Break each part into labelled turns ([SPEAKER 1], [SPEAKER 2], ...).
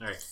[SPEAKER 1] All right.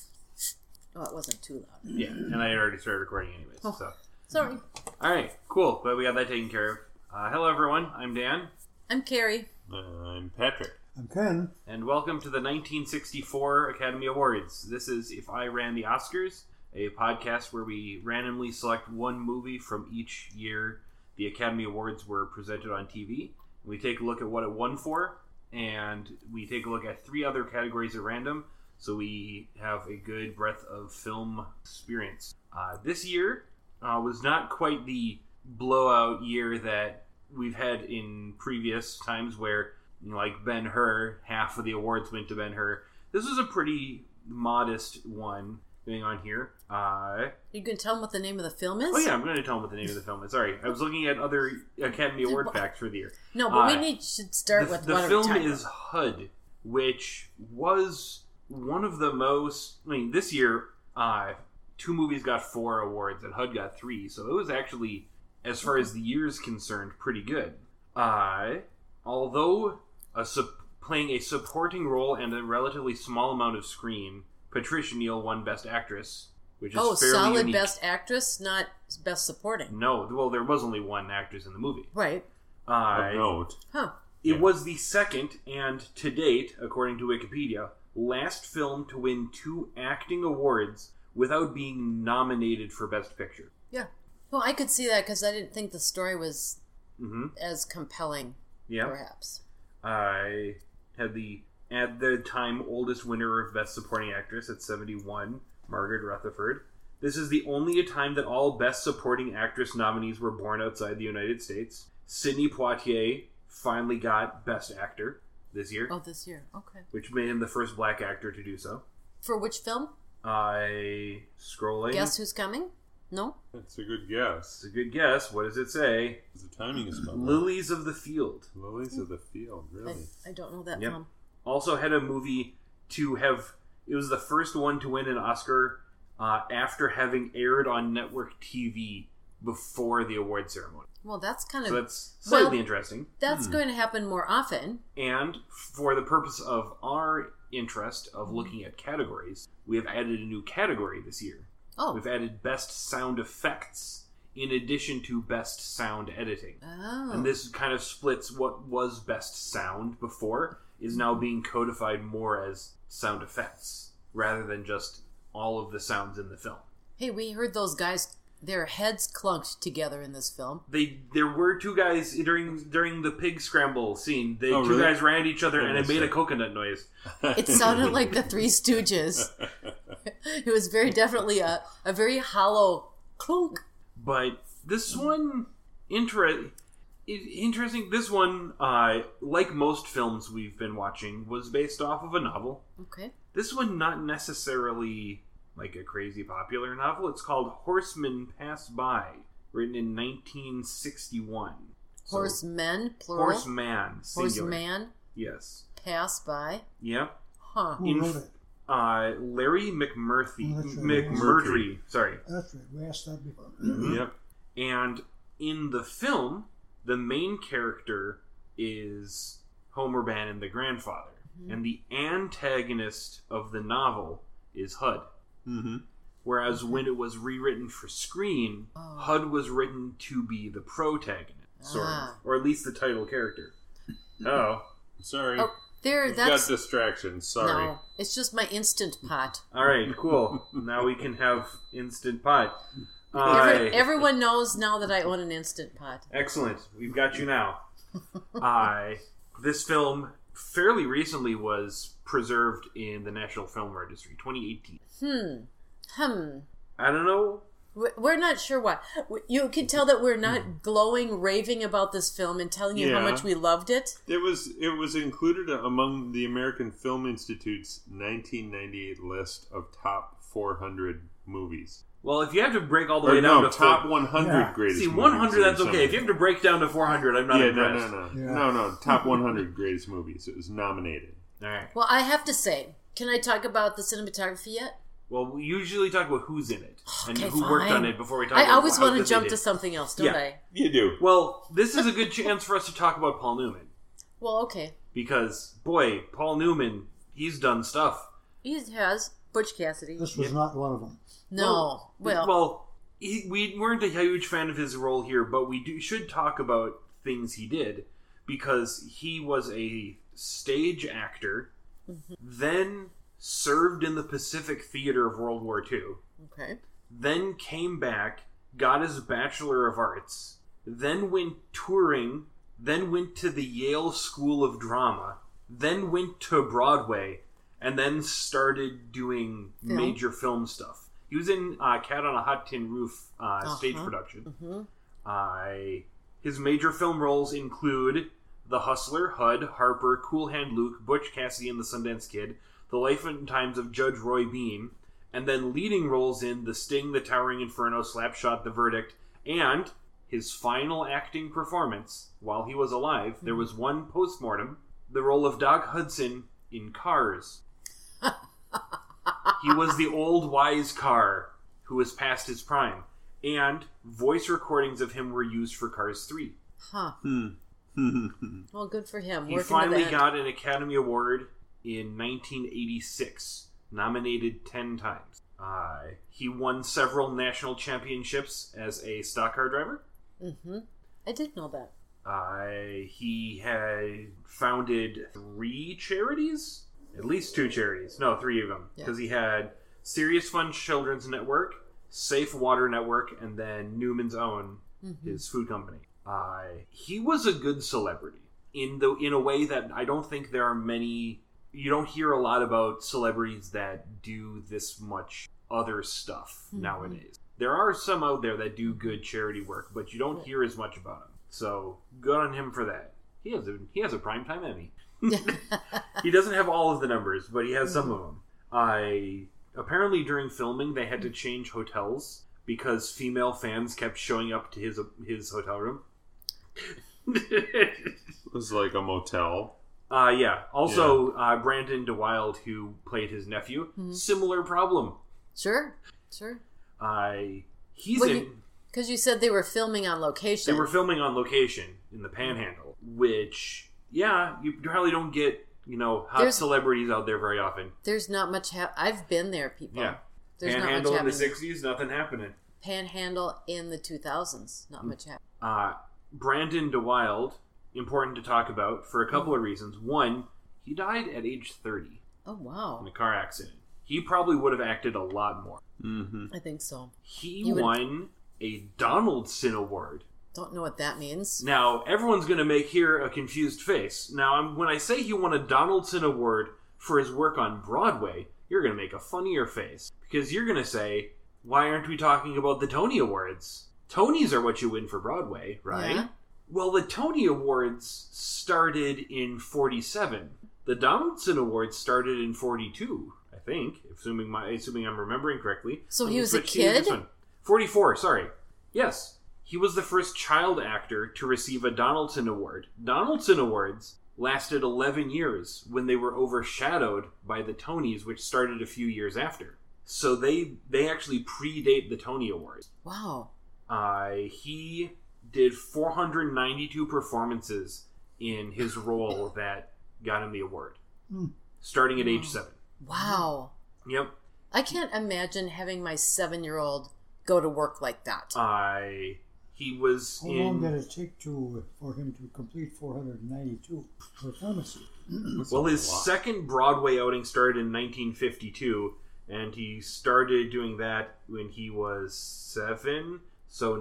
[SPEAKER 2] Oh, it wasn't too loud.
[SPEAKER 1] Yeah, and I already started recording anyways.
[SPEAKER 2] Oh.
[SPEAKER 1] So,
[SPEAKER 2] Sorry.
[SPEAKER 1] all right, cool. Glad we got that taken care of. Uh, hello, everyone. I'm Dan.
[SPEAKER 2] I'm Carrie.
[SPEAKER 1] I'm Patrick.
[SPEAKER 3] I'm Ken.
[SPEAKER 1] And welcome to the 1964 Academy Awards. This is If I Ran the Oscars, a podcast where we randomly select one movie from each year the Academy Awards were presented on TV. We take a look at what it won for, and we take a look at three other categories at random, so we have a good breadth of film experience. Uh, this year uh, was not quite the blowout year that we've had in previous times where you know, like Ben Hur, half of the awards went to Ben Hur. This was a pretty modest one going on here. Uh,
[SPEAKER 2] You can tell them what the name of the film is?
[SPEAKER 1] oh yeah, I'm going to tell him what the name of the film is. Sorry, I was looking at other Academy Award facts for the year.
[SPEAKER 2] No, but
[SPEAKER 1] Uh,
[SPEAKER 2] we need should start
[SPEAKER 1] The,
[SPEAKER 2] with
[SPEAKER 1] the
[SPEAKER 2] one
[SPEAKER 1] film
[SPEAKER 2] at a time.
[SPEAKER 1] is HUD, which was one of the most. I mean, this year, uh, two movies got four awards, and HUD got three. So it was actually, as far as the year is concerned, pretty good. Uh, although a sup- playing a supporting role and a relatively small amount of screen, Patricia Neal won Best Actress, which is
[SPEAKER 2] oh,
[SPEAKER 1] fairly
[SPEAKER 2] solid
[SPEAKER 1] unique. Mm-hmm.
[SPEAKER 2] best actress, not best supporting.
[SPEAKER 1] No, well, there was only one actress in the movie.
[SPEAKER 2] Right.
[SPEAKER 1] Uh,
[SPEAKER 3] note.
[SPEAKER 2] Huh.
[SPEAKER 1] It
[SPEAKER 3] Yeah.
[SPEAKER 1] was the second and to date, according to Wikipedia, last film to win two acting awards without being nominated for Best Picture.
[SPEAKER 2] Yeah. Well, I could see that because I didn't think the story was
[SPEAKER 1] hmm
[SPEAKER 2] as compelling,
[SPEAKER 1] Yeah,
[SPEAKER 2] perhaps.
[SPEAKER 1] I had the at the time oldest winner of Best Supporting Actress at seventy-one, Margaret Rutherford. This is the only time that all Best Supporting Actress nominees were born outside the United States. Sidney Poitier finally got Best Actor this year,
[SPEAKER 2] Oh, this year. Okay.
[SPEAKER 1] which made him the first black actor to do so.
[SPEAKER 2] For which film?
[SPEAKER 1] I scrolling.
[SPEAKER 2] Guess who's coming? No?
[SPEAKER 3] That's a good
[SPEAKER 1] It's
[SPEAKER 3] guess.
[SPEAKER 1] a good guess. What does it say?
[SPEAKER 3] The timing is about right.
[SPEAKER 1] Lilies of the Field.
[SPEAKER 3] Lilies of the field, really.
[SPEAKER 2] I, I don't know that
[SPEAKER 1] Yep.
[SPEAKER 2] film.
[SPEAKER 1] Also had a movie to have. It was the first one to win an Oscar uh, after having aired on network TV before the award ceremony.
[SPEAKER 2] Well, that's kind of.
[SPEAKER 1] So Hmm. that's slightly
[SPEAKER 2] Hmm. Well-
[SPEAKER 1] interesting.
[SPEAKER 2] that's going to happen more often.
[SPEAKER 1] And for the purpose of our interest of looking at categories, we have added a new category this year.
[SPEAKER 2] Oh.
[SPEAKER 1] We've added best sound effects in addition to best sound editing.
[SPEAKER 2] Oh.
[SPEAKER 1] And this kind of splits what was best sound before is
[SPEAKER 3] Mm-hmm.
[SPEAKER 1] now being codified more as sound effects rather than just all of the sounds in the film.
[SPEAKER 2] Hey, we heard those guys, their heads clunked together in this film.
[SPEAKER 1] They there were two guys during during the pig scramble scene. They two
[SPEAKER 3] Oh, really?
[SPEAKER 1] guys ran at each other
[SPEAKER 3] I
[SPEAKER 1] and it
[SPEAKER 3] missed
[SPEAKER 1] made a
[SPEAKER 3] it.
[SPEAKER 1] coconut noise.
[SPEAKER 2] It sounded like the Three Stooges. It was very definitely a, a very hollow clunk.
[SPEAKER 1] But this one inter- i- interesting this one uh, like most films we've been watching was based off of a novel
[SPEAKER 2] Okay.
[SPEAKER 1] This one not necessarily like a crazy popular novel. It's called Horsemen Pass By, written in 1961. So,
[SPEAKER 2] Horsemen, plural.
[SPEAKER 1] Horseman, singular.
[SPEAKER 2] Horseman
[SPEAKER 1] Yes.
[SPEAKER 2] pass by.
[SPEAKER 1] Yeah.
[SPEAKER 2] Huh.
[SPEAKER 4] Who
[SPEAKER 1] In-
[SPEAKER 4] wrote it?
[SPEAKER 1] Uh, Larry McMurphy,
[SPEAKER 4] Oh, that's right.
[SPEAKER 1] McMurtry. Sorry.
[SPEAKER 4] That's right. We asked that before.
[SPEAKER 2] Mm-hmm.
[SPEAKER 1] Yep. And in the film, the main character is Homer Bannon, the grandfather,
[SPEAKER 2] Mm-hmm.
[SPEAKER 1] and the antagonist of the novel is Hud.
[SPEAKER 3] mm-hmm.
[SPEAKER 1] Whereas when it was rewritten for screen,
[SPEAKER 2] Oh.
[SPEAKER 1] HUD was written to be the protagonist, sort
[SPEAKER 2] Ah.
[SPEAKER 1] of, or at least the title character. Oh,
[SPEAKER 3] Sorry.
[SPEAKER 2] Oh, there.
[SPEAKER 3] We've
[SPEAKER 2] That's
[SPEAKER 3] got distractions. Sorry.
[SPEAKER 2] no. It's just my instant pot.
[SPEAKER 1] all right, cool. now we can have instant pot.
[SPEAKER 2] Every,
[SPEAKER 1] Aye.
[SPEAKER 2] everyone knows now that I own an instant pot.
[SPEAKER 1] Excellent. We've got you now. I this film fairly recently was preserved in the National Film Registry, 2018.
[SPEAKER 2] Hmm. Hmm.
[SPEAKER 1] I don't know.
[SPEAKER 2] We- We're not sure why. We- You can tell that we're not glowing, raving about this film and telling you how
[SPEAKER 3] Hmm. Yeah.
[SPEAKER 2] much we loved it.
[SPEAKER 3] It was it was included among the American Film Institute's 1998 list of top 400 movies.
[SPEAKER 1] Well, if you have to break all the
[SPEAKER 3] Or
[SPEAKER 1] way down
[SPEAKER 3] no,
[SPEAKER 1] to
[SPEAKER 3] top
[SPEAKER 1] four-
[SPEAKER 3] 100
[SPEAKER 4] Yeah.
[SPEAKER 3] greatest.
[SPEAKER 1] See,
[SPEAKER 3] movies
[SPEAKER 1] 100
[SPEAKER 3] or
[SPEAKER 1] that's okay. If you
[SPEAKER 3] something.
[SPEAKER 1] have to break down to 400, I'm not
[SPEAKER 3] yeah, no,
[SPEAKER 1] impressed.
[SPEAKER 3] no, no,
[SPEAKER 4] Yeah.
[SPEAKER 3] no, no. Top 100 greatest movies. It was nominated.
[SPEAKER 1] All right.
[SPEAKER 2] Well, I have to say, can I talk about the cinematography yet?
[SPEAKER 1] Well, we usually talk about who's in it and
[SPEAKER 2] Okay,
[SPEAKER 1] who worked
[SPEAKER 2] fine.
[SPEAKER 1] on it before we talk.
[SPEAKER 2] I
[SPEAKER 1] about
[SPEAKER 2] always
[SPEAKER 1] how
[SPEAKER 2] want to
[SPEAKER 1] good they
[SPEAKER 2] jump
[SPEAKER 1] did.
[SPEAKER 2] to something else, don't
[SPEAKER 1] Yeah.
[SPEAKER 2] I?
[SPEAKER 3] You do.
[SPEAKER 1] Well, this is a good chance for us to talk about Paul Newman
[SPEAKER 2] Well, okay.
[SPEAKER 1] because boy, Paul Newman, he's done stuff.
[SPEAKER 2] He has. Butch Cassidy.
[SPEAKER 4] This was
[SPEAKER 1] Yeah.
[SPEAKER 4] not one of them.
[SPEAKER 2] No. well,
[SPEAKER 1] well, he, we weren't a huge fan of his role here, but we do, should talk about things he did because he was a stage actor,
[SPEAKER 2] Mm-hmm.
[SPEAKER 1] then served in the Pacific Theater of World War II,
[SPEAKER 2] okay.
[SPEAKER 1] then came back, got his Bachelor of Arts, then went touring, then went to the Yale School of Drama, then went to Broadway, and then started doing
[SPEAKER 2] Film.
[SPEAKER 1] major film stuff. He was in uh, Cat on a Hot Tin Roof uh, stage
[SPEAKER 2] Uh-huh.
[SPEAKER 1] production.
[SPEAKER 2] hmm
[SPEAKER 1] I his major film roles include The Hustler, HUD, Harper, Cool Hand Luke, Butch Cassidy and the Sundance Kid, The Life and Times of Judge Roy Bean, and then leading roles in The Sting, The Towering Inferno, Slapshot, The Verdict, and his final acting performance while he was alive. There was one postmortem, the role of Doc Hudson in Cars. he was the old wise car who was past his prime, and voice recordings of him were used for Cars 3.
[SPEAKER 2] Huh. Well, good for him.
[SPEAKER 1] He
[SPEAKER 2] Working to
[SPEAKER 1] finally
[SPEAKER 2] that.
[SPEAKER 1] got an Academy Award in 1986, nominated 10 times. Uh, he won several national championships as a stock car driver.
[SPEAKER 2] Mhm. I did know that.
[SPEAKER 1] Uh, he had founded three charities, at least two charities. No, three of them,
[SPEAKER 2] Yeah.
[SPEAKER 1] because he had Serious Fun Children's Network, Safe Water Network, and then Newman's Own,
[SPEAKER 2] Mm-hmm.
[SPEAKER 1] his food company. Uh, he was a good celebrity in the in a way that I don't think there are many. You don't hear a lot about celebrities that do this much other stuff
[SPEAKER 2] Mhm.
[SPEAKER 1] nowadays. There are some out there that do good charity work, but you don't hear as much about him. So good on him for that. He has a he has a primetime Emmy.
[SPEAKER 2] Mm-hmm.
[SPEAKER 1] he doesn't have all of the numbers, but he has some
[SPEAKER 2] Mm.
[SPEAKER 1] of them. I apparently during filming they had to change hotels because female fans kept showing up to his his hotel room.
[SPEAKER 3] It was like a motel.
[SPEAKER 1] uh, yeah. Also, Uh, Brandon DeWild, who played his nephew,
[SPEAKER 2] Hmm.
[SPEAKER 1] similar problem.
[SPEAKER 2] Sure. Sure.
[SPEAKER 1] I he's
[SPEAKER 2] Well,
[SPEAKER 1] in.
[SPEAKER 2] you- Because you said they were filming on location.
[SPEAKER 1] They were filming on location in the Panhandle, which yeah, you probably don't get you know hot
[SPEAKER 2] There's-
[SPEAKER 1] celebrities out there very often.
[SPEAKER 2] There's not much. Ha- I've been there, people.
[SPEAKER 1] Yeah.
[SPEAKER 2] There's not
[SPEAKER 1] Panhandle
[SPEAKER 2] much
[SPEAKER 1] in the
[SPEAKER 2] happening.
[SPEAKER 1] '60s, nothing happening.
[SPEAKER 2] Panhandle in the 2000s. Not much happening.
[SPEAKER 1] uh, Brandon DeWild, important to talk about for a couple of reasons. One, he died at age 30
[SPEAKER 2] Oh
[SPEAKER 1] in
[SPEAKER 2] wow.
[SPEAKER 1] a car accident. He probably would have acted a lot more.
[SPEAKER 3] Mm-hmm.
[SPEAKER 2] I think so.
[SPEAKER 1] He
[SPEAKER 2] You would-
[SPEAKER 1] won a Donaldson Award.
[SPEAKER 2] Don't know what that means.
[SPEAKER 1] Now, everyone's going to make here a confused face. Now, I'm, when I say he won a Donaldson Award for his work on Broadway, you're going to make a funnier face because you're going to say, why aren't we talking about the Tony Awards? Tonys are what you win for Broadway, right?
[SPEAKER 2] Yeah.
[SPEAKER 1] Well, the Tony Awards started in 47. The Donaldson Awards started in 42, I think, assuming my assuming I'm remembering correctly.
[SPEAKER 2] So
[SPEAKER 1] Let
[SPEAKER 2] he
[SPEAKER 1] me
[SPEAKER 2] was a
[SPEAKER 1] switch to this
[SPEAKER 2] kid?
[SPEAKER 1] one. 44, sorry. Yes. He was the first child actor to receive a Donaldson Award. Donaldson Awards lasted 11 years when they were overshadowed by the Tonys, which started a few years after. So they they actually predate the Tony Awards.
[SPEAKER 2] Wow.
[SPEAKER 1] Uh, he did 492 performances in his role that got him the award,
[SPEAKER 4] Hmm.
[SPEAKER 1] starting at age seven.
[SPEAKER 2] Wow.
[SPEAKER 1] Yep.
[SPEAKER 2] I can't imagine having my seven-year-old go to work like that.
[SPEAKER 1] I he was
[SPEAKER 4] How long did
[SPEAKER 1] in
[SPEAKER 4] it take to for him to complete 492 performances?
[SPEAKER 1] well his second Broadway outing started in 1952, and he started doing that when he was seven, so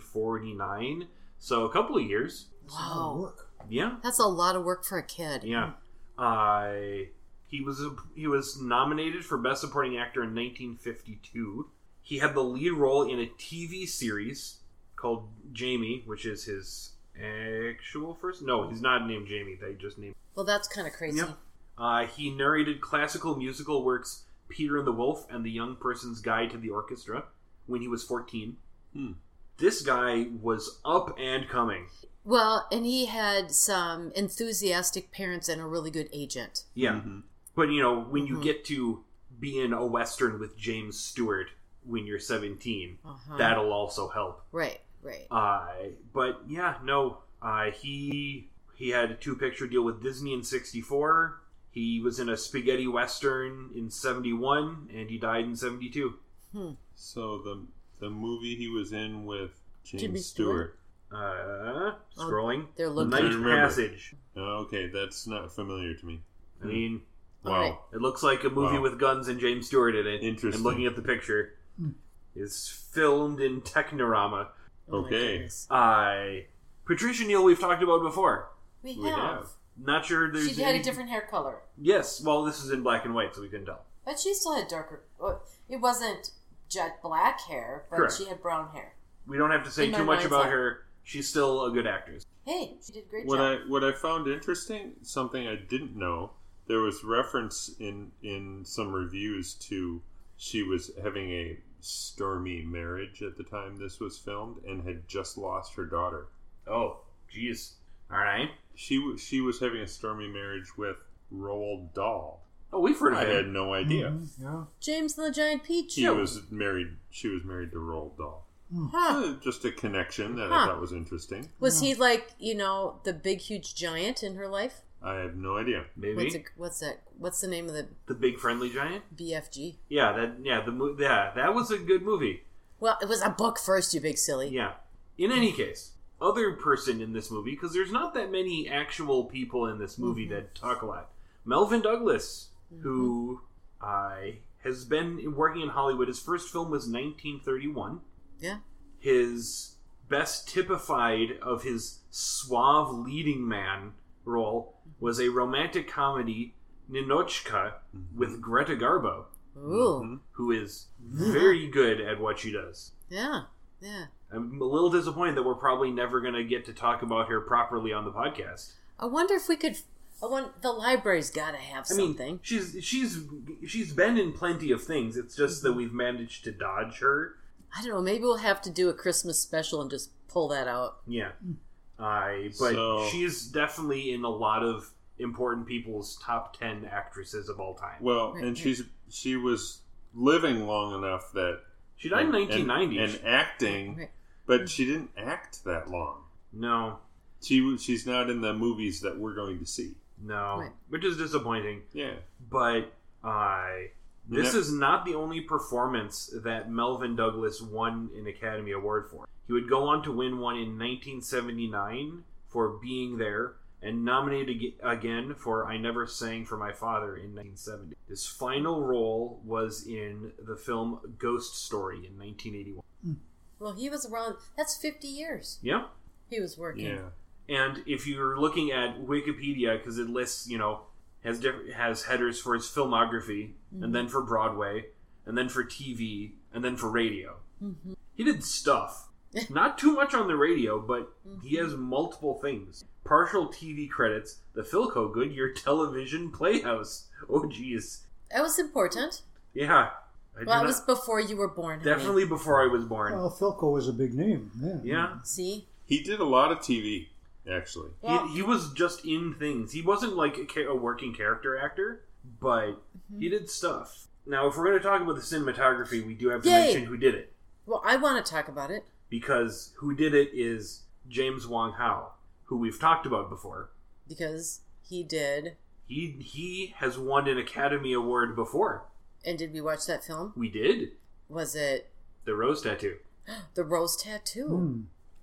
[SPEAKER 1] 1949, so a couple of years.
[SPEAKER 4] That's a lot of
[SPEAKER 2] Wow.
[SPEAKER 4] work.
[SPEAKER 1] Yeah.
[SPEAKER 2] That's a lot of work for a kid.
[SPEAKER 1] Yeah. I he was he was nominated for best supporting actor in 1952. He had the lead role in a TV series called Jamie, which is his actual first. No, he's not named Jamie. They just named.
[SPEAKER 2] Well, that's kind of crazy.
[SPEAKER 1] Yep. Uh, he narrated classical musical works Peter and the Wolf and the Young Person's Guide to the Orchestra when he was 14.
[SPEAKER 3] Hmm.
[SPEAKER 1] This guy was up and coming.
[SPEAKER 2] Well, and he had some enthusiastic parents and a really good agent.
[SPEAKER 1] Yeah.
[SPEAKER 3] Mhm.
[SPEAKER 1] But you know, when you
[SPEAKER 2] Mhm.
[SPEAKER 1] get to be in a western with James Stewart when you're 17,
[SPEAKER 2] Uh-huh.
[SPEAKER 1] that'll also help.
[SPEAKER 2] Right. Right.
[SPEAKER 1] Uh, but yeah, no, uh, he he had a two picture deal with Disney in '64. He was in a spaghetti western in 71 and he died in 72.
[SPEAKER 3] So the the movie he was in with James
[SPEAKER 2] Jimmy
[SPEAKER 3] Stewart.
[SPEAKER 2] Stewart.
[SPEAKER 1] Uh, scrolling.
[SPEAKER 2] Oh, they're
[SPEAKER 1] The
[SPEAKER 2] looking.
[SPEAKER 3] I
[SPEAKER 1] Night
[SPEAKER 3] remember.
[SPEAKER 1] Passage.
[SPEAKER 3] Oh, okay, that's not familiar to me.
[SPEAKER 1] I mean,
[SPEAKER 3] Wow.
[SPEAKER 2] Alright.
[SPEAKER 1] it looks like a movie
[SPEAKER 3] Hmm. Wow.
[SPEAKER 1] with guns and James Stewart in it.
[SPEAKER 3] Interesting.
[SPEAKER 1] And looking at the picture,
[SPEAKER 2] Hmm.
[SPEAKER 1] it's filmed in Technorama.
[SPEAKER 2] Oh my
[SPEAKER 3] Okay.
[SPEAKER 2] goodness.
[SPEAKER 1] I Patricia Neal, we've talked about before.
[SPEAKER 2] We have.
[SPEAKER 3] We have.
[SPEAKER 1] Not sure there's.
[SPEAKER 2] She had
[SPEAKER 1] any-
[SPEAKER 2] a different hair color,
[SPEAKER 1] Yes, well, this is in black and white, so we couldn't tell.
[SPEAKER 2] but she still had darker. oh, It wasn't jet black hair, but
[SPEAKER 1] Correct.
[SPEAKER 2] she had brown hair.
[SPEAKER 1] We don't have to say
[SPEAKER 2] In my
[SPEAKER 1] too much
[SPEAKER 2] mind's
[SPEAKER 1] about
[SPEAKER 2] eye.
[SPEAKER 1] her. She's still a good actress.
[SPEAKER 2] Hey, she did a great
[SPEAKER 3] What
[SPEAKER 2] job.
[SPEAKER 3] I what I found interesting, something I didn't know, there was reference in in some reviews to she was having a stormy marriage at the time this was filmed and had just lost her daughter.
[SPEAKER 1] Oh, jeez. All right.
[SPEAKER 3] She wa- she was having a stormy marriage with Roald Dahl.
[SPEAKER 1] Oh, we've heard of
[SPEAKER 3] I
[SPEAKER 1] him.
[SPEAKER 3] had no idea.
[SPEAKER 4] Mhm, yeah.
[SPEAKER 2] James and the Giant Peach.
[SPEAKER 3] He was married. She was married to Roald Dahl.
[SPEAKER 2] Huh.
[SPEAKER 3] Uh, Just a connection that I
[SPEAKER 2] Huh.
[SPEAKER 3] thought was interesting.
[SPEAKER 2] Was he like you know the big huge giant in her life?
[SPEAKER 3] I have no idea.
[SPEAKER 1] Maybe
[SPEAKER 2] What's it, what's that? What's the name of the
[SPEAKER 1] the big friendly giant.
[SPEAKER 2] BFG?
[SPEAKER 1] Yeah, that. Yeah, the mo- yeah that was a good movie.
[SPEAKER 2] Well, it was a book first, you big silly.
[SPEAKER 1] Yeah. In any case, other person in this movie because there's not that many actual people in this movie that talk a lot. Melvin Douglas, who I has been working in Hollywood. His first film was 1931.
[SPEAKER 2] Yeah.
[SPEAKER 1] his best typified of his suave leading man role was a romantic comedy Ninochka with Greta Garbo,
[SPEAKER 2] Ooh.
[SPEAKER 3] Mm-hmm.
[SPEAKER 1] who is very good at what she does.
[SPEAKER 2] Yeah. Yeah.
[SPEAKER 1] I'm a little disappointed that we're probably never going to get to talk about her properly on the podcast.
[SPEAKER 2] I wonder if we could. I want the library's got to have
[SPEAKER 1] I mean,
[SPEAKER 2] something.
[SPEAKER 1] she's she's she's been in plenty of things. It's just that we've managed to dodge her.
[SPEAKER 2] I don't know. Maybe we'll have to do a Christmas special and just pull that out.
[SPEAKER 1] Yeah. I but
[SPEAKER 3] So-
[SPEAKER 1] she's definitely in a lot of important people's top 10 actresses of all time.
[SPEAKER 3] Well,
[SPEAKER 2] Right,
[SPEAKER 3] and
[SPEAKER 2] right.
[SPEAKER 3] she's she was living long enough that
[SPEAKER 1] She died in
[SPEAKER 3] and-
[SPEAKER 1] 1990.
[SPEAKER 3] and, and acting,
[SPEAKER 2] Right.
[SPEAKER 3] but she didn't act that long.
[SPEAKER 1] no.
[SPEAKER 3] She w- she's not in the movies that we're going to see.
[SPEAKER 1] No.
[SPEAKER 2] Right.
[SPEAKER 1] Which is disappointing,
[SPEAKER 3] Yeah,
[SPEAKER 1] but I this
[SPEAKER 3] Yeah.
[SPEAKER 1] is not the only performance that Melvin Douglas won an Academy Award for. He would go on to win one in 1979 for Being There and nominated ag- again for I Never Sang for My Father in 1970. His final role was in the film Ghost Story in 1981.
[SPEAKER 2] Well, he was around. That's 50 years
[SPEAKER 1] Yeah.
[SPEAKER 2] he was working.
[SPEAKER 3] yeah.
[SPEAKER 1] And if you're looking at Wikipedia, because it lists, you know, has diff- has headers for his filmography,
[SPEAKER 2] Mm-hmm.
[SPEAKER 1] and then for Broadway, and then for TV, and then for radio.
[SPEAKER 2] Mm-hmm.
[SPEAKER 1] He did stuff. Not too much on the radio, but he
[SPEAKER 2] Mm-hmm.
[SPEAKER 1] has multiple things. Partial TV credits, the Philco Goodyear Television Playhouse. Oh, jeez.
[SPEAKER 2] That was important.
[SPEAKER 1] Yeah. I do
[SPEAKER 2] Well,
[SPEAKER 1] not-
[SPEAKER 2] it was before you were born. Oh. honey.
[SPEAKER 1] definitely before I was born.
[SPEAKER 4] Well, Philco was a big name. Yeah.
[SPEAKER 1] yeah.
[SPEAKER 2] See?
[SPEAKER 3] He did a lot of TV actually.
[SPEAKER 2] Well,
[SPEAKER 1] He, he was just in things. He wasn't like a, cha- a working character actor, but
[SPEAKER 2] Mm-hmm.
[SPEAKER 1] he did stuff. Now, if we're going to talk about the cinematography, we do have to
[SPEAKER 2] Yay!
[SPEAKER 1] mention who did it
[SPEAKER 2] well, I want to talk about it.
[SPEAKER 1] because who did it is James Wong Howe, who we've talked about before.
[SPEAKER 2] because he did.
[SPEAKER 1] He he has won an Academy Award before.
[SPEAKER 2] And did we watch that film?
[SPEAKER 1] We did
[SPEAKER 2] Was it
[SPEAKER 1] the Rose Tattoo,
[SPEAKER 2] The Rose Tattoo?
[SPEAKER 4] Hmm.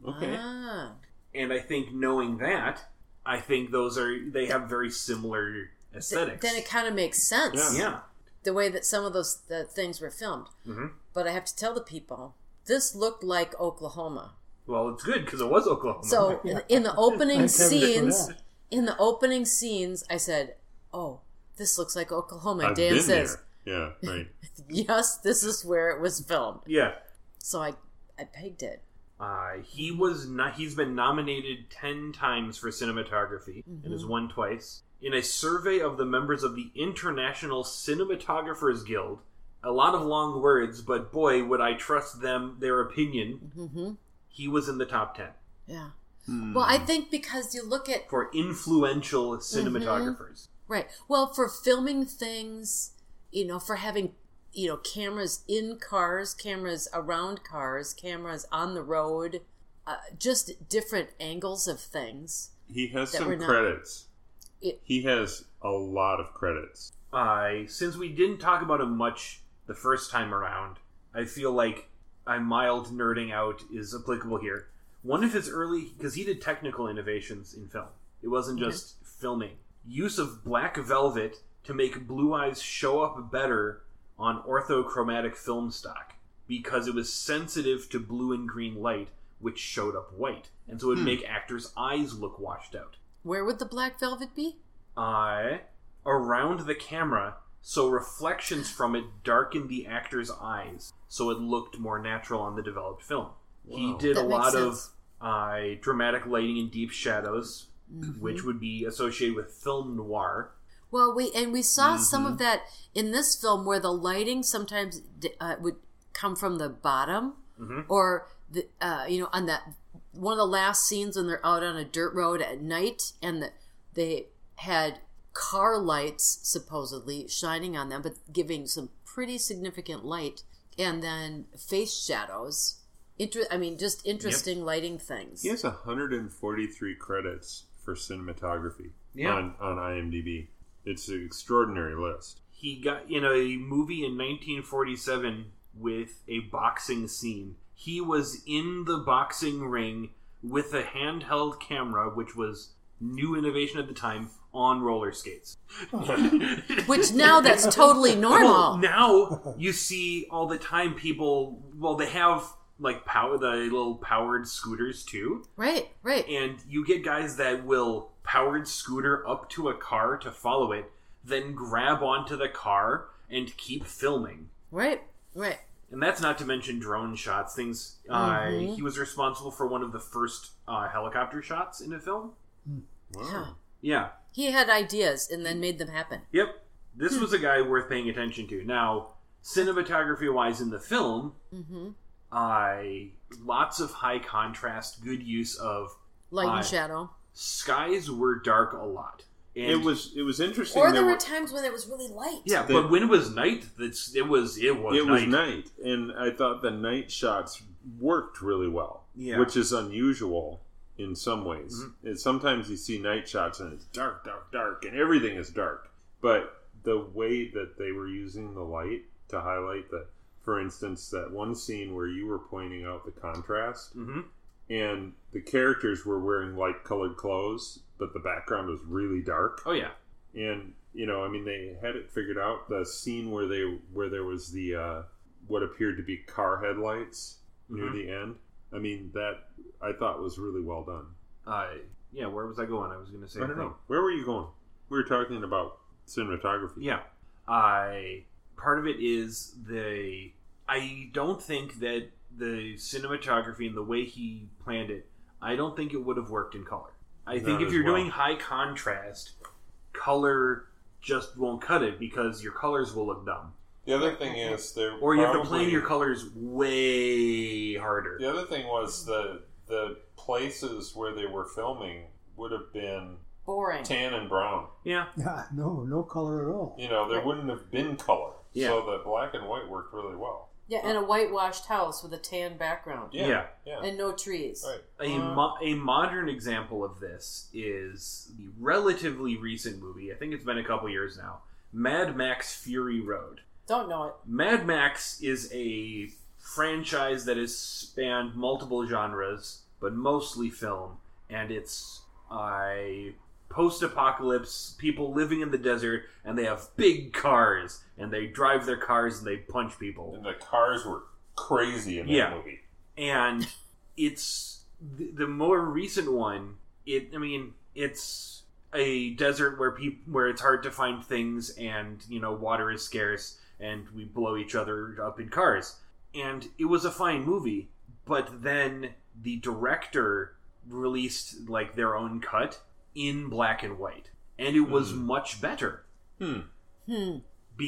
[SPEAKER 3] Okay,
[SPEAKER 2] Ah.
[SPEAKER 1] and I think knowing that, I think those are they have very similar
[SPEAKER 2] Th-
[SPEAKER 1] aesthetics.
[SPEAKER 2] then it kind of makes sense
[SPEAKER 1] yeah,
[SPEAKER 2] the way that some of those the things were filmed.
[SPEAKER 1] hmm
[SPEAKER 2] But I have to tell the people this looked like Oklahoma.
[SPEAKER 1] well, it's good because it was Oklahoma.
[SPEAKER 2] So in- in the opening
[SPEAKER 4] Thanks, everybody, for
[SPEAKER 2] scenes,
[SPEAKER 4] that.
[SPEAKER 2] in the opening scenes, I said, "Oh, this looks like Oklahoma."
[SPEAKER 3] I've
[SPEAKER 2] And Dan
[SPEAKER 3] been
[SPEAKER 2] says,
[SPEAKER 3] there. Yeah, right.
[SPEAKER 2] "Yes, this is where it was filmed."
[SPEAKER 1] yeah,
[SPEAKER 2] So I, I pegged it.
[SPEAKER 1] Uh, he was not. He's been nominated ten times for cinematography and has won twice. In a survey of the members of the International Cinematographers Guild, a lot of long words, but boy, would I trust them their opinion.
[SPEAKER 2] hmm
[SPEAKER 1] He was in the top ten
[SPEAKER 2] Yeah. Well, I think because you look at
[SPEAKER 1] for influential cinematographers.
[SPEAKER 2] Right. Well, for filming things, you know, for having, you know, cameras in cars, cameras around cars, cameras on the road, uh, just different angles of things.
[SPEAKER 3] He has
[SPEAKER 2] That
[SPEAKER 3] some
[SPEAKER 2] we're not-
[SPEAKER 3] credits.
[SPEAKER 2] It-
[SPEAKER 3] He has a lot of credits.
[SPEAKER 1] I since we didn't talk about him much the first time around, I feel like I mild nerding out is applicable here. One of his early because he did technical innovations in film. It wasn't
[SPEAKER 2] Okay.
[SPEAKER 1] just filming. Use of black velvet to make blue eyes show up better on orthochromatic film stock because it was sensitive to blue and green light, which showed up white, and so it would
[SPEAKER 4] Hmm.
[SPEAKER 1] make actors' eyes look washed out.
[SPEAKER 2] Where would the black velvet be?
[SPEAKER 1] I around the camera so reflections from it darkened the actor's eyes so it looked more natural on the developed film. He
[SPEAKER 3] Wow.
[SPEAKER 1] did
[SPEAKER 2] That
[SPEAKER 1] a
[SPEAKER 2] makes
[SPEAKER 1] lot
[SPEAKER 2] sense.
[SPEAKER 1] of uh, dramatic lighting and deep shadows, which would be associated with film noir.
[SPEAKER 2] Well, we and we saw some of that in this film where the lighting sometimes d- uh, would come from the bottom, or the uh, you know on that one of the last scenes when they're out on a dirt road at night and the, they had car lights supposedly shining on them, but giving some pretty significant light, and then face shadows. Inter- I mean, just interesting lighting things.
[SPEAKER 3] He has 143 credits for cinematography
[SPEAKER 1] Yeah.
[SPEAKER 3] on, on IMDb. It's an extraordinary list.
[SPEAKER 1] He got in a movie in 1947 with a boxing scene. He was in the boxing ring with a handheld camera, which was new innovation at the time, on roller skates.
[SPEAKER 2] Which now that's totally normal.
[SPEAKER 1] Well, now you see all the time people. Well, they have like power the little powered scooters too,
[SPEAKER 2] right, right.
[SPEAKER 1] and you get guys that will powered scooter up to a car to follow it, then grab onto the car and keep filming.
[SPEAKER 2] Right, right.
[SPEAKER 1] And that's not to mention drone shots. Things uh, he was responsible for one of the first uh, helicopter shots in a film.
[SPEAKER 3] Wow.
[SPEAKER 2] Huh.
[SPEAKER 1] Yeah.
[SPEAKER 2] He had ideas and then made them happen.
[SPEAKER 1] Yep. This was a guy worth paying attention to. Now, cinematography wise in the film, I lots of high contrast, good use of
[SPEAKER 2] Light
[SPEAKER 1] Aye.
[SPEAKER 2] and shadow.
[SPEAKER 1] skies were dark a lot. And
[SPEAKER 3] It was it was interesting.
[SPEAKER 2] Or there
[SPEAKER 3] that
[SPEAKER 2] were
[SPEAKER 3] we-
[SPEAKER 2] times when it was really light.
[SPEAKER 1] yeah,
[SPEAKER 3] the-
[SPEAKER 1] but when it was night, that's it was it was
[SPEAKER 3] it
[SPEAKER 1] night.
[SPEAKER 3] was night, and I thought the night shots worked really well,
[SPEAKER 1] Yeah. Mm-hmm.
[SPEAKER 3] which is unusual in some ways. It- sometimes you see night shots and it's dark, dark, dark, and everything is dark. But the way that they were using the light to highlight the, for instance, that one scene where you were pointing out the contrast,
[SPEAKER 1] hmm
[SPEAKER 3] and the characters were wearing light colored clothes, but the background was really dark
[SPEAKER 1] Oh yeah,
[SPEAKER 3] and you know i mean they had it figured out the scene where they where there was the uh what appeared to be car headlights near
[SPEAKER 1] Mhm.
[SPEAKER 3] the end i mean that i thought was really well done
[SPEAKER 1] uh, yeah. Where was I going? I was going to say
[SPEAKER 3] i don't know where were you going we were talking about cinematography
[SPEAKER 1] Yeah. I part of it is the I don't think that the cinematography and the way he planned it, I don't think it would have worked in color. I think
[SPEAKER 3] Not
[SPEAKER 1] if
[SPEAKER 3] as
[SPEAKER 1] you're
[SPEAKER 3] well.
[SPEAKER 1] doing high contrast, color just won't cut it because your colors will look dumb.
[SPEAKER 5] The other thing is there.
[SPEAKER 1] Or you have to
[SPEAKER 5] probably-
[SPEAKER 1] play your colors way harder.
[SPEAKER 5] The other thing was the the places where they were filming would have been
[SPEAKER 2] Boring.
[SPEAKER 5] tan and brown.
[SPEAKER 1] Yeah.
[SPEAKER 4] Yeah, no, no color at all.
[SPEAKER 5] You know, there wouldn't have been color.
[SPEAKER 1] Yeah.
[SPEAKER 5] So the black and white worked really well.
[SPEAKER 2] Yeah, and a whitewashed house with a tan background.
[SPEAKER 5] Yeah.
[SPEAKER 1] Yeah.
[SPEAKER 5] Yeah.
[SPEAKER 2] And no trees.
[SPEAKER 5] Right.
[SPEAKER 1] A, mo- a modern example of this is the relatively recent movie. I think it's been a couple years now. Mad Max Fury Road.
[SPEAKER 2] Don't know it.
[SPEAKER 1] Mad Max is a franchise that has spanned multiple genres, but mostly film, and it's I post-apocalypse people living in the desert, and they have big cars, and they drive their cars and they punch people,
[SPEAKER 5] And the cars were crazy in that
[SPEAKER 1] Yeah.
[SPEAKER 5] movie.
[SPEAKER 1] and it's the, the more recent one. It, I mean, it's a desert where people where it's hard to find things, and you know, water is scarce, and we blow each other up in cars. and it was a fine movie but then the director released like their own cut in black and white and it was
[SPEAKER 3] Hmm.
[SPEAKER 1] much better
[SPEAKER 3] Hmm.
[SPEAKER 2] Hmm.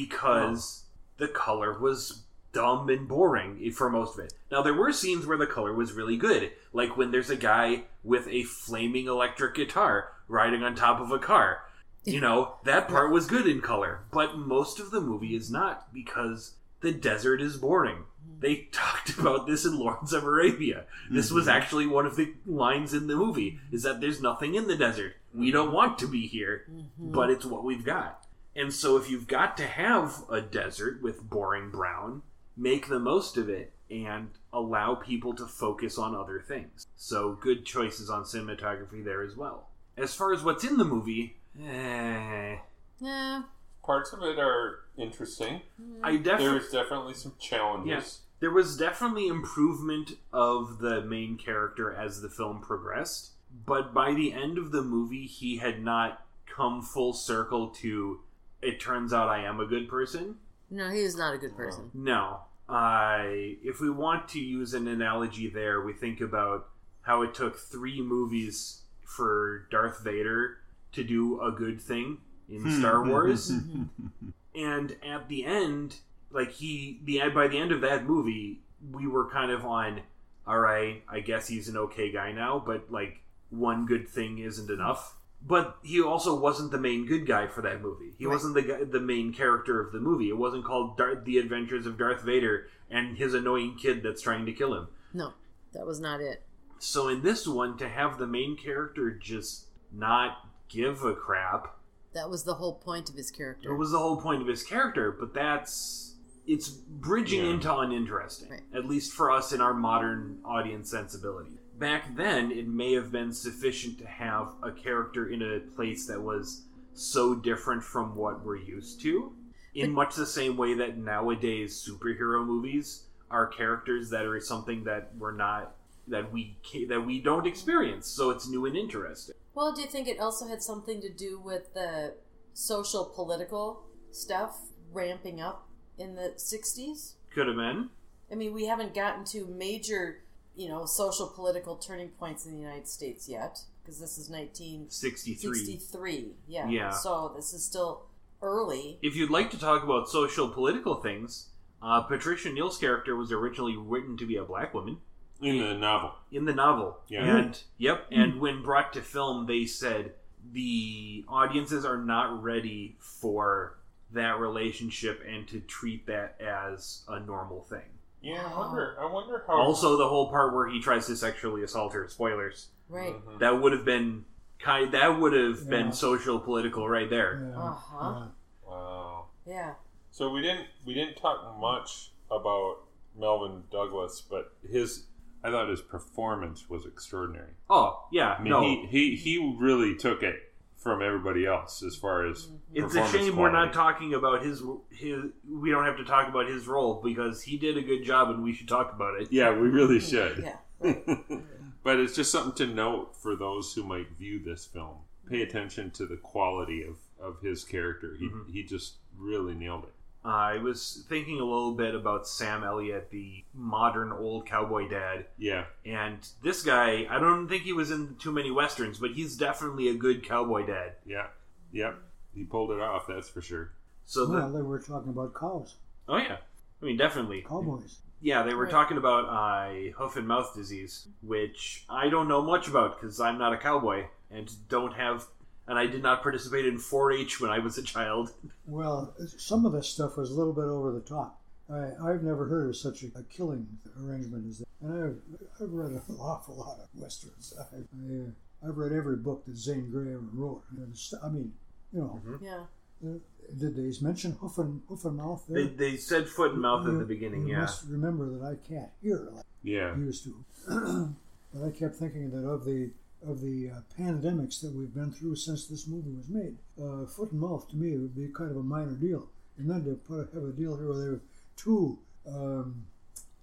[SPEAKER 1] because the color was dumb and boring i- for most of it now there were scenes where the color was really good like when there's a guy with a flaming electric guitar riding on top of a car you know that part was good in color but most of the movie is not because the desert is boring they talked about this in Lawrence of Arabia. This was actually one of the lines in the movie: is that there's nothing in the desert. We don't want to be here,
[SPEAKER 2] Mhm.
[SPEAKER 1] but it's what we've got. And so if you've got to have a desert with boring brown, make the most of it and allow people to focus on other things. So good choices on cinematography there as well. As far as what's in the movie, eh,
[SPEAKER 2] yeah,
[SPEAKER 5] Parts of it are interesting.
[SPEAKER 1] I definitely
[SPEAKER 5] There's definitely some challenges.
[SPEAKER 1] there was definitely improvement of the main character as the film progressed, but by the end of the movie, he had not come full circle to. It turns out I am a good person.
[SPEAKER 2] no, he is not a good person.
[SPEAKER 1] No. I if we want to use an analogy there, we think about how it took three movies for Darth Vader to do a good thing in Star
[SPEAKER 2] Mm-hmm.
[SPEAKER 1] Wars.
[SPEAKER 5] Mm-hmm.
[SPEAKER 1] and at the end, like he the by the end of that movie, we were kind of on all right, I guess he's an okay guy now, but like one good thing isn't enough. But he also wasn't the main good guy for that movie. He
[SPEAKER 2] Right.
[SPEAKER 1] wasn't the guy, the main character of the movie. It wasn't called Dar- The Adventures of Darth Vader and his annoying kid that's trying to kill him.
[SPEAKER 2] No, that was not it.
[SPEAKER 1] So in this one, to have the main character just not give a crap
[SPEAKER 2] That was the whole point of his
[SPEAKER 1] It
[SPEAKER 2] character.
[SPEAKER 1] was the whole point of his character, but that's it's bridging
[SPEAKER 3] Yeah.
[SPEAKER 1] into uninteresting,
[SPEAKER 2] Right.
[SPEAKER 1] at least for us in our modern audience sensibility. Back then, it may have been sufficient to have a character in a place that was so different from what we're used to, in much the same way that nowadays superhero movies are characters that are something that we're not that we ca- that we don't experience, so it's new and interesting.
[SPEAKER 2] Well, do you think it also had something to do with the social political stuff ramping up in the 60s?
[SPEAKER 1] Could have been.
[SPEAKER 2] I mean, we haven't gotten to major, you know, social political turning points in the United States yet because this is 1963.
[SPEAKER 1] 63.
[SPEAKER 2] Yeah.
[SPEAKER 1] Yeah.
[SPEAKER 2] So this is still early.
[SPEAKER 1] If you'd like to talk about social political things, uh, Patricia Neal's character was originally written to be a black woman
[SPEAKER 3] In the novel.
[SPEAKER 1] in the novel.
[SPEAKER 3] Yeah.
[SPEAKER 1] And yep, and when brought to film, they said the audiences are not ready for that relationship and to treat that as a normal thing.
[SPEAKER 5] Yeah, I
[SPEAKER 2] Wow.
[SPEAKER 5] wonder. I wonder
[SPEAKER 3] Oh.
[SPEAKER 5] how.
[SPEAKER 1] Also, the whole part where he tries to sexually assault her, spoilers.
[SPEAKER 2] Right.
[SPEAKER 5] Mhm.
[SPEAKER 1] That would have been kind that would have
[SPEAKER 4] Yeah.
[SPEAKER 1] been social political right there.
[SPEAKER 4] Yeah,
[SPEAKER 2] Uh-huh.
[SPEAKER 5] Wow.
[SPEAKER 2] Yeah.
[SPEAKER 5] So we didn't we didn't talk much about Melvin Douglas, but
[SPEAKER 3] His, I thought his performance was extraordinary.
[SPEAKER 1] Oh, yeah.
[SPEAKER 3] I mean,
[SPEAKER 1] no.
[SPEAKER 3] he, he he really took it from everybody else as far as
[SPEAKER 2] Mm-hmm.
[SPEAKER 1] It's a
[SPEAKER 3] performance
[SPEAKER 1] shame we're
[SPEAKER 3] quality.
[SPEAKER 1] not talking about his his. We don't have to talk about his role because he did a good job, and we should talk about it.
[SPEAKER 3] Yeah, we really should.
[SPEAKER 2] Yeah.
[SPEAKER 3] but it's just something to note for those who might view this film. Pay
[SPEAKER 2] Mm-hmm.
[SPEAKER 3] attention to the quality of, of his character. He,
[SPEAKER 2] Mm-hmm.
[SPEAKER 1] Mhm.
[SPEAKER 3] he just really nailed it.
[SPEAKER 1] Uh, I was thinking a little bit about Sam Elliott, the modern old cowboy dad,
[SPEAKER 3] Yeah.
[SPEAKER 1] and this guy. I don't think he was in too many westerns, but he's definitely a good cowboy dad.
[SPEAKER 3] Yeah. Yep. He pulled it off, that's for sure.
[SPEAKER 1] So,
[SPEAKER 4] Well,
[SPEAKER 1] the,
[SPEAKER 4] they were talking about cows,
[SPEAKER 1] oh yeah, I mean definitely.
[SPEAKER 4] cowboys.
[SPEAKER 1] Yeah, they were
[SPEAKER 2] Right.
[SPEAKER 1] talking about uh, hoof and mouth disease, which I don't know much about because I'm not a cowboy and don't have, and I did not participate in 4-H when I was a child.
[SPEAKER 4] Well, some of this stuff was a little bit over the top. I, I've never heard of such a, a killing arrangement as that. And I've, I've read an awful lot of westerns. I, I, uh, I've read every book that Zane Grey ever wrote. And it's- I mean, you know,
[SPEAKER 2] Yeah.
[SPEAKER 4] uh, did they mention hoof and, hoof and mouth there?
[SPEAKER 1] They, they said foot and mouth at
[SPEAKER 4] You-
[SPEAKER 1] the beginning,
[SPEAKER 4] you
[SPEAKER 1] yeah.
[SPEAKER 4] must remember that I can't hear like
[SPEAKER 3] Yeah.
[SPEAKER 4] I used to. but I kept thinking that of the of the uh, pandemics that we've been through since this movie was made, uh, foot and mouth to me would be kind of a minor deal. And then to put have a deal here where there were two um,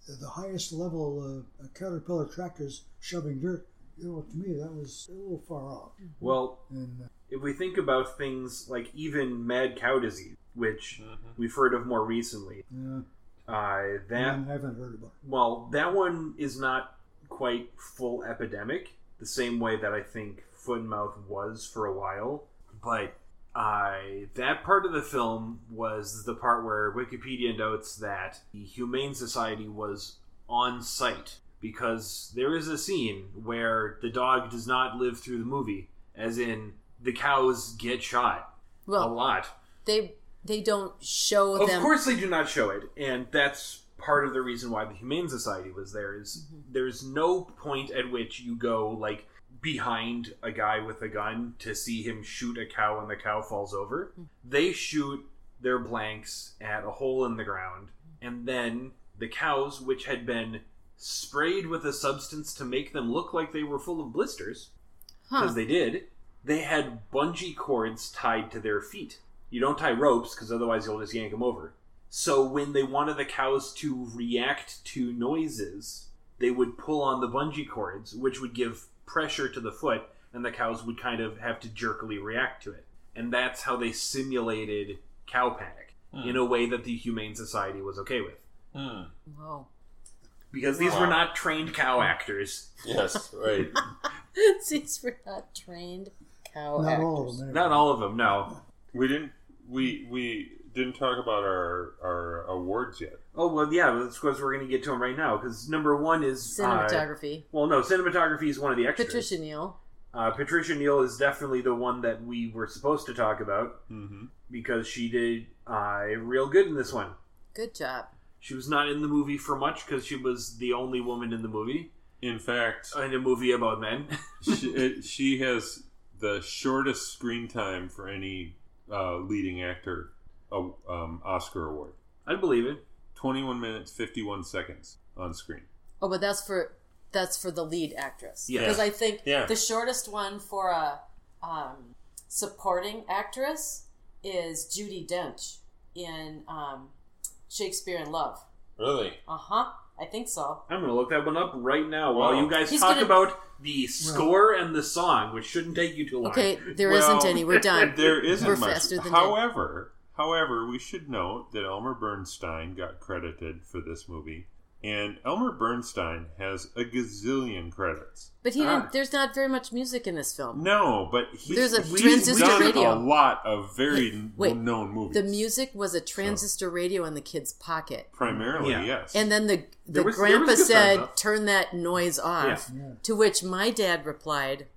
[SPEAKER 4] the highest level uh, caterpillar tractors shoving dirt, you know, to me that was a little far out.
[SPEAKER 1] Well,
[SPEAKER 4] And uh,
[SPEAKER 1] if we think about things like even mad cow disease, which
[SPEAKER 2] Mm-hmm.
[SPEAKER 1] we've heard of more recently,
[SPEAKER 4] yeah,
[SPEAKER 1] uh, that,
[SPEAKER 4] I haven't heard about.
[SPEAKER 1] well, that one is not quite full epidemic, the same way that I think foot and mouth was for a while. But I that part of the film was the part where Wikipedia notes that the Humane Society was on site because there is a scene where the dog does not live through the movie, as in the cows get shot a
[SPEAKER 2] Well,
[SPEAKER 1] lot.
[SPEAKER 2] they they don't show
[SPEAKER 1] Of
[SPEAKER 2] them.
[SPEAKER 1] course, they do not show it, and that's part of the
[SPEAKER 2] Mm-hmm.
[SPEAKER 1] reason why the Humane Society was there. is there's no point at which you go like behind a guy with a gun to see him shoot a cow and the cow falls over.
[SPEAKER 2] Mm-hmm.
[SPEAKER 1] They shoot their blanks at a hole in the ground, and then the cows, which had been sprayed with a substance to make them look like they were full of blisters,
[SPEAKER 2] Huh.
[SPEAKER 1] because they did, they had bungee cords tied to their feet. You don't tie ropes because otherwise you'll just yank them over. So when they wanted the cows to react to noises, they would pull on the bungee cords, which would give pressure to the foot, and the cows would kind of have to jerkily react to it. And that's how they simulated cow panic in a way that the Humane Society was okay with.
[SPEAKER 5] Hmm.
[SPEAKER 2] Whoa.
[SPEAKER 1] Because these were
[SPEAKER 5] Wow.
[SPEAKER 1] not trained cow actors.
[SPEAKER 5] Yes, right.
[SPEAKER 2] Since we're not trained cow
[SPEAKER 4] Not
[SPEAKER 2] actors.
[SPEAKER 4] all of them. anyway.
[SPEAKER 1] Not all of them, no.
[SPEAKER 3] We didn't. We we didn't talk about our our awards yet.
[SPEAKER 1] Oh, well, yeah, of course we're going to get to them right now, because number one is. uh,
[SPEAKER 2] Cinematography.
[SPEAKER 1] Well, no, cinematography is one of the extras.
[SPEAKER 2] Patricia Neal.
[SPEAKER 1] Uh, Patricia Neal is definitely the one that we were supposed to talk about
[SPEAKER 3] Mm-hmm.
[SPEAKER 1] because she did uh, real good in this one.
[SPEAKER 2] Good job.
[SPEAKER 1] She was not in the movie for much because she was the only woman in the movie,
[SPEAKER 3] In fact,
[SPEAKER 1] in a movie about men.
[SPEAKER 3] she, it, she has the shortest screen time for any uh, leading actor uh, um, Oscar award.
[SPEAKER 1] I believe it.
[SPEAKER 3] Twenty-one minutes, fifty-one seconds on screen.
[SPEAKER 2] Oh, but that's for that's for the lead actress.
[SPEAKER 1] Yeah.
[SPEAKER 2] Because I think
[SPEAKER 5] Yeah.
[SPEAKER 2] the shortest one for a um, supporting actress is Judy Dench in um, Shakespeare in Love.
[SPEAKER 5] really?
[SPEAKER 2] Uh huh. I think so.
[SPEAKER 1] I'm going to look that one up right now while
[SPEAKER 5] Wow.
[SPEAKER 1] you guys
[SPEAKER 2] He's
[SPEAKER 1] talk
[SPEAKER 2] gonna-
[SPEAKER 1] about the score and the song, which shouldn't take you too long.
[SPEAKER 2] Okay, there
[SPEAKER 3] Well,
[SPEAKER 2] not any. We're done.
[SPEAKER 3] There isn't
[SPEAKER 2] Uh, We're
[SPEAKER 3] much.
[SPEAKER 2] faster than
[SPEAKER 3] however, however, we should note that Elmer Bernstein got credited for this movie, and Elmer Bernstein has a gazillion credits.
[SPEAKER 2] But he
[SPEAKER 1] Ah.
[SPEAKER 2] didn't. There's not very much music in this film.
[SPEAKER 3] No, but he's
[SPEAKER 2] There's a
[SPEAKER 3] we've
[SPEAKER 2] transistor
[SPEAKER 3] done
[SPEAKER 2] radio.
[SPEAKER 3] a lot of very
[SPEAKER 2] Wait,
[SPEAKER 3] known movies.
[SPEAKER 2] The music was a transistor radio in the kid's pocket,
[SPEAKER 3] primarily,
[SPEAKER 1] Yeah.
[SPEAKER 3] yes.
[SPEAKER 2] and then the the
[SPEAKER 1] There was- there
[SPEAKER 2] grandpa
[SPEAKER 1] was good
[SPEAKER 2] said,
[SPEAKER 1] stuff.
[SPEAKER 2] "Turn that noise off."
[SPEAKER 4] Yeah.
[SPEAKER 2] To which my dad replied,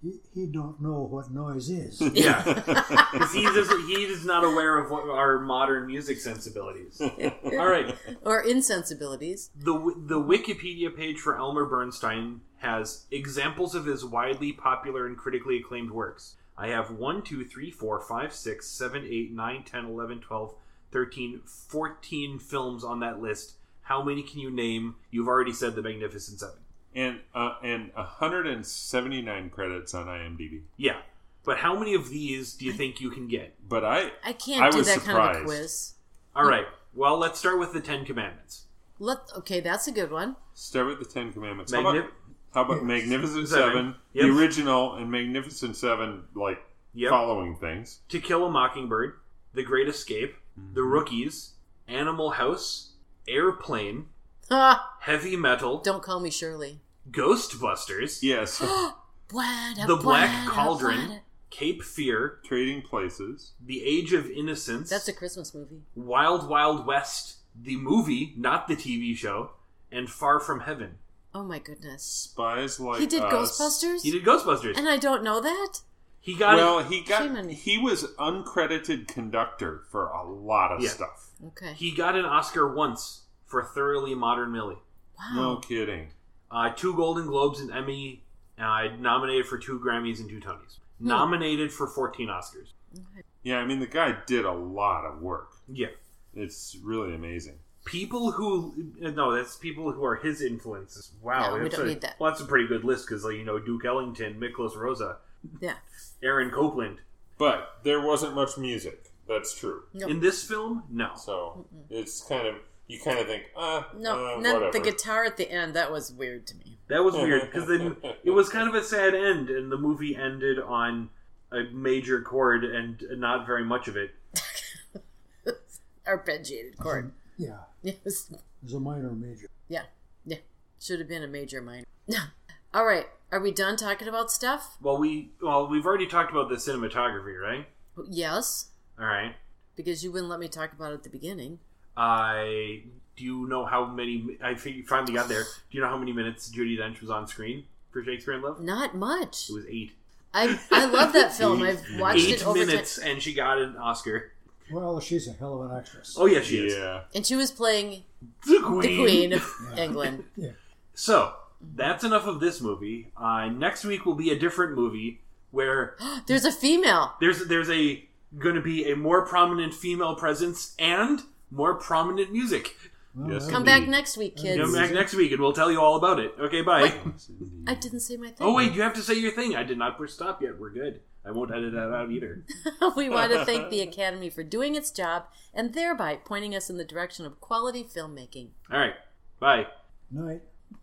[SPEAKER 4] He, he don't know what noise is.
[SPEAKER 1] Yeah. 'Cause he, does, he is not aware of what our modern music sensibilities. All right.
[SPEAKER 2] "Or insensibilities."
[SPEAKER 1] The, the Wikipedia page for Elmer Bernstein has examples of his widely popular and critically acclaimed works. I have 1, 2, 3, 4, 5, 6, 7, 8, 9, 10, 11, 12, 13, 14 films on that list. How many can you name? You've already said The Magnificent Seven.
[SPEAKER 3] and uh, and 179 credits on IMDb.
[SPEAKER 1] Yeah. But how many of these do you think you can get?
[SPEAKER 3] But I
[SPEAKER 2] I can't
[SPEAKER 3] I
[SPEAKER 2] do
[SPEAKER 3] was
[SPEAKER 2] that kind of a
[SPEAKER 3] surprised.
[SPEAKER 2] quiz.
[SPEAKER 1] All right. Well, let's start with the Ten Commandments.
[SPEAKER 2] Let okay, that's a good one.
[SPEAKER 3] start with the Ten Commandments. how
[SPEAKER 1] Magnif-
[SPEAKER 3] about, how about Magnificent
[SPEAKER 1] Seven.
[SPEAKER 3] Seven,
[SPEAKER 1] Yep.
[SPEAKER 3] the original, and Magnificent Seven, like
[SPEAKER 1] Yep.
[SPEAKER 3] following things.
[SPEAKER 1] To Kill a Mockingbird, The Great Escape, The Rookies, Animal House, Airplane,
[SPEAKER 2] Ah,
[SPEAKER 1] Heavy Metal,
[SPEAKER 2] don't call me Shirley.
[SPEAKER 1] Ghostbusters,
[SPEAKER 3] Yes,
[SPEAKER 2] What a-
[SPEAKER 1] The
[SPEAKER 2] what
[SPEAKER 1] Black
[SPEAKER 2] a-
[SPEAKER 1] Cauldron,
[SPEAKER 2] what a-
[SPEAKER 1] Cape Fear,
[SPEAKER 3] Trading Places.
[SPEAKER 1] The Age of Innocence,
[SPEAKER 2] That's a Christmas movie.
[SPEAKER 1] Wild Wild West, the movie, not the TV show, and Far From Heaven.
[SPEAKER 2] Oh my goodness.
[SPEAKER 3] Spies like uh,
[SPEAKER 2] he did
[SPEAKER 3] Us.
[SPEAKER 2] Ghostbusters,
[SPEAKER 1] He did Ghostbusters.
[SPEAKER 2] and I don't know that.
[SPEAKER 1] He got
[SPEAKER 3] Well, he got
[SPEAKER 2] Shame on me.
[SPEAKER 3] he was uncredited conductor for a lot of
[SPEAKER 1] Yeah.
[SPEAKER 3] stuff.
[SPEAKER 2] Okay.
[SPEAKER 1] he got an Oscar once for Thoroughly Modern Millie.
[SPEAKER 2] wow.
[SPEAKER 3] No kidding.
[SPEAKER 1] Uh, two Golden Globes and Emmy. Uh, nominated for two Grammys and two Tonys.
[SPEAKER 2] Hmm.
[SPEAKER 1] Nominated for 14 Oscars.
[SPEAKER 3] Yeah, I mean the guy did a lot of work.
[SPEAKER 1] Yeah.
[SPEAKER 3] It's really amazing.
[SPEAKER 1] people who uh, no that's people who are his influences wow
[SPEAKER 2] No, we
[SPEAKER 1] that's
[SPEAKER 2] don't
[SPEAKER 1] a,
[SPEAKER 2] need that.
[SPEAKER 1] well that's a pretty good list because like, you know duke ellington miklos rosa
[SPEAKER 2] Yeah.
[SPEAKER 1] aaron copeland
[SPEAKER 5] But there wasn't much music. That's true.
[SPEAKER 2] No.
[SPEAKER 1] in this film no
[SPEAKER 5] So it's kind of you kind of think, ah,
[SPEAKER 2] No,
[SPEAKER 5] uh,
[SPEAKER 2] not
[SPEAKER 5] whatever.
[SPEAKER 2] the guitar at the end. That was weird to me.
[SPEAKER 1] that was weird because then it was kind of a sad end and the movie ended on a major chord and not very much of it
[SPEAKER 2] Arpeggiated chord.
[SPEAKER 4] yeah,
[SPEAKER 2] Yes.
[SPEAKER 4] it's a minor major.
[SPEAKER 2] Yeah. Yeah. Should have been a major minor. All right. Are we done talking about stuff?
[SPEAKER 1] well we well we've already talked about the cinematography right
[SPEAKER 2] Yes,
[SPEAKER 1] all right
[SPEAKER 2] because you wouldn't let me talk about it at the beginning.
[SPEAKER 1] i do you know how many i think you finally got there do you know how many minutes judy dench was on screen for shakespeare in love
[SPEAKER 2] Not much.
[SPEAKER 1] it was eight
[SPEAKER 2] I I love that film. I've watched
[SPEAKER 1] eight
[SPEAKER 2] it over time.
[SPEAKER 1] minutes, and she got an Oscar.
[SPEAKER 4] Well, she's a hell of an actress.
[SPEAKER 1] Oh yeah, she is
[SPEAKER 3] yeah.
[SPEAKER 2] And she was playing
[SPEAKER 1] the
[SPEAKER 2] the Queen of England.
[SPEAKER 4] Yeah.
[SPEAKER 1] So that's enough of this movie. Uh, next week will be a different movie where
[SPEAKER 2] There's a female.
[SPEAKER 1] there's there's a going to be a more prominent female presence and more prominent music.
[SPEAKER 3] Yes,
[SPEAKER 4] Well, that'll
[SPEAKER 2] Come
[SPEAKER 4] be-
[SPEAKER 2] back next week, kids.
[SPEAKER 1] Come back next week and we'll tell you all about it. Okay, bye.
[SPEAKER 2] I didn't say my thing.
[SPEAKER 1] Oh wait, you have to say your thing. I did not push stop yet. We're good. I won't edit that out either.
[SPEAKER 2] we want to thank the Academy for doing its job and thereby pointing us in the direction of quality filmmaking.
[SPEAKER 1] All right. Bye.
[SPEAKER 4] Night.